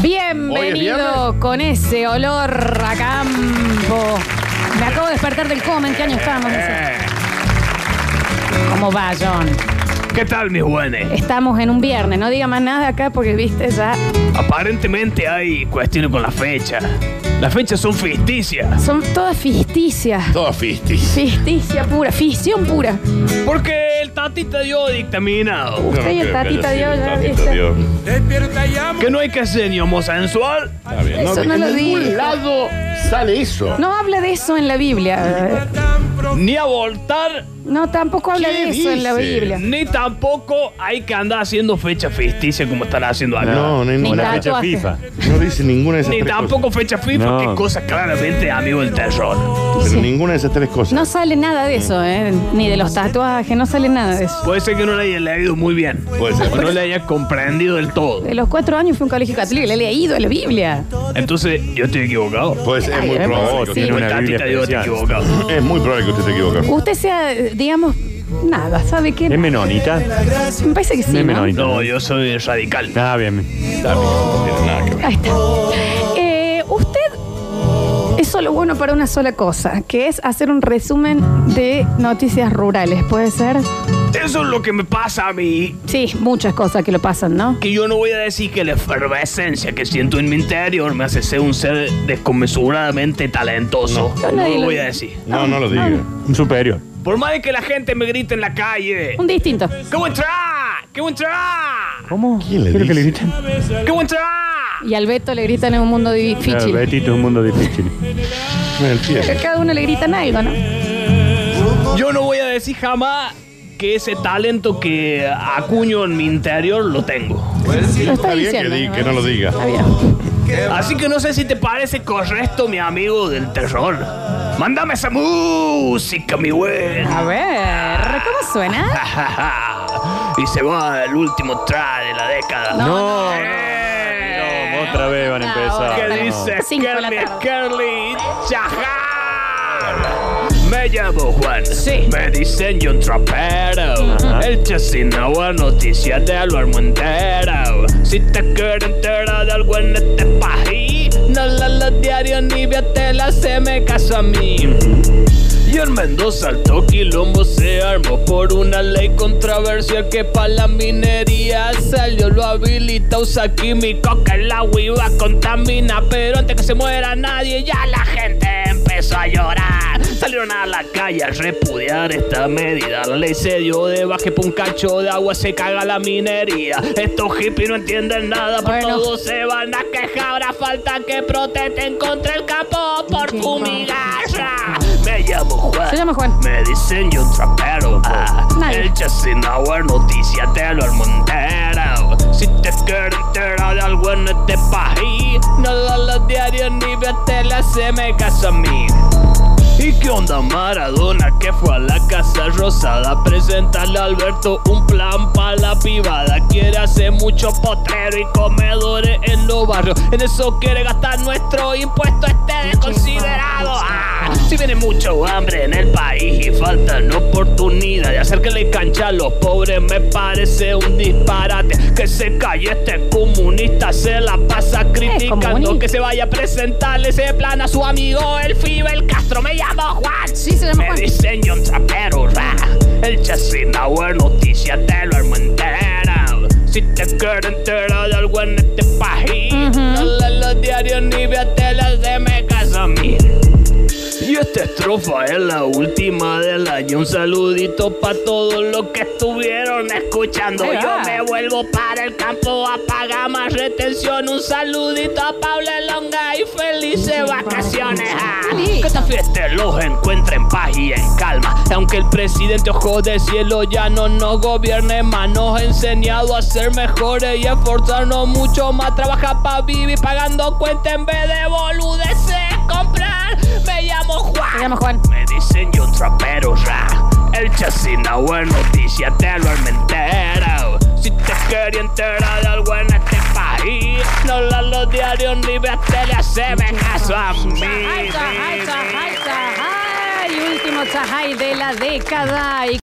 Bienvenido viernes? con ese olor a campo. Me acabo de despertar del coma, ¿en qué año estamos? Eh, ¿Cómo va, John? ¿Qué tal, mis buenos? Estamos en un viernes, no diga más nada acá porque, viste, ya Aparentemente hay cuestiones con la fecha. Las fechas son ficticias. son todas ficticias. Todo fistis. Ficticia pura, ficción pura. Porque el tatita dio dictaminado Usted y el tatita Dios, ya viste. Dios. que no hay que ser ni homosensual. Está bien. Eso no en lo ningún dijo. lado sale eso. No habla de eso en la Biblia. Ni abortar, No, tampoco habla ¿Qué de eso en la dice? Biblia. ni tampoco hay que andar haciendo fecha ficticia como están haciendo Ah, acá. No, no hay Ni ninguna tatuaje. fecha FIFA. No dice ninguna de esas Ni tres tampoco fecha FIFA, No. que es cosa claramente de amigo del terror. cosas. Pero Sí. ninguna de esas tres cosas. No sale nada de eso, ¿eh? Ni de los tatuajes, no sale nada de eso. Puede ser que no la haya leído muy bien. Puede ser. O no la haya comprendido del todo. De los cuatro años fui a un colegio católico, le he leído la Biblia. Entonces, yo estoy equivocado. Pues es muy Ay, probable. sí. que- Tiene El tatita dio equivocado. Es muy probable que usted se equivoque. Usted sea, digamos, nada, ¿sabe qué? ¿Es menonita? Me parece que sí. Es ¿no? menonita. No, yo soy radical. Nada Ah, bien. Ahí está. Eh, usted es solo bueno para una sola cosa, que es hacer un resumen de noticias rurales, ¿puede ser? Eso es lo que me pasa a mí. Sí, muchas cosas que lo pasan, ¿no? Que yo no voy a decir que la efervescencia que siento en mi interior me hace ser un ser desconmensuradamente talentoso. No. No, Yo nadie lo lo voy a dice. decir. No, no lo diga. Un superior. Por más de que la gente me grite en la calle. Un distinto. ¡Qué buen tra! ¡Qué buen tra! ¿Cómo? ¿Quién le Quiero que dice? le griten. ¡Qué buen tra! Y al Beto le gritan en un mundo Claro, difícil. Betito es un mundo difícil. Me Que entiendo. a cada uno le gritan algo, ¿no? Yo no voy a decir jamás que ese talento que acuño en mi interior lo tengo. Lo está Está bien que, diciendo. di- ¿no? que no lo diga. Está bien. Así que no sé si te parece correcto, mi amigo del terror. ¡Mándame esa música, mi güey! A ver, ¿cómo suena? y se va el último tra de la década. No, No, Eh, no, otra vez van a empezar. ¿Qué no. dice Cinco de la Kermit tarde. Kerly? Chajá. Me llamo Juan, Sí. me dicen John Trapero. El chasino a noticia de lo armo entero. Si te quieres enterar de algo en este país, no la los diarios ni vea tela, se me caso a mí. Y en Mendoza alto quilombo se armó por una ley controversial que para la minería salió lo habilita usa químico que el agua iba a contamina pero antes que se muera nadie ya la gente empezó a llorar salieron a la calle a repudiar esta medida la ley se dio de baje por un cacho de agua se caga la minería estos hippies no entienden nada por Bueno. todo se van a quejar ahora falta que protesten contra el campo por Qué fumigarra me llamo Juan Se llama Juan. me dicen yo trapero. ah, Nadie. el Chasing Hour, noticia de lo montero. Si te quieres enterar de algo en este país, no lo los diarios ni ve tele, se me casa a mí. ¿Y qué onda Maradona que fue a la Casa Rosada a presentarle a Alberto un plan para la pibada? Quiere hacer mucho potrero y comedores en los barrios. En eso quiere gastar nuestro impuesto este desconsiderado. Ah, si viene mucho hambre en el país y faltan oportunidades de hacer que le cancha a los pobres, me parece un disparate. Que se calle este comunista, se la pasa criticando comunista. que se vaya a presentarle ese plan a su amigo el Fibel Castro. Me llamo Juan. Sí, se llama Me Juan. dicen John Trapero, ra. El Chasing Hour, noticias de lo armo entero. Si te quieres enterar de algo en este país, no leas los diarios ni veas telas de me caso a mí. Y esta estrofa es la última del año. Un saludito para todos los que estuvieron escuchando. Ahí Yo va. me vuelvo para el campo a pagar más retención. Un saludito a Paula Longa y felices vacaciones. Ah, lindo. Que esta fiesta los encuentre en paz y en calma. Aunque el presidente ojo de cielo ya no nos gobierne más, nos ha enseñado a ser mejores y a esforzarnos mucho más. Trabajar para vivir pagando cuenta en vez de boludeces comprar. Me llamo Juan. Se llama Juan. Me dicen yo un trapero, ra. El chasing hour, noticia te lo armentero. Si te quería enterar de algo en este país, no leas los diarios ni veas tele, se me caso a Chajay, mí. chajay, chajay, chajay. Último chajay de la década. Y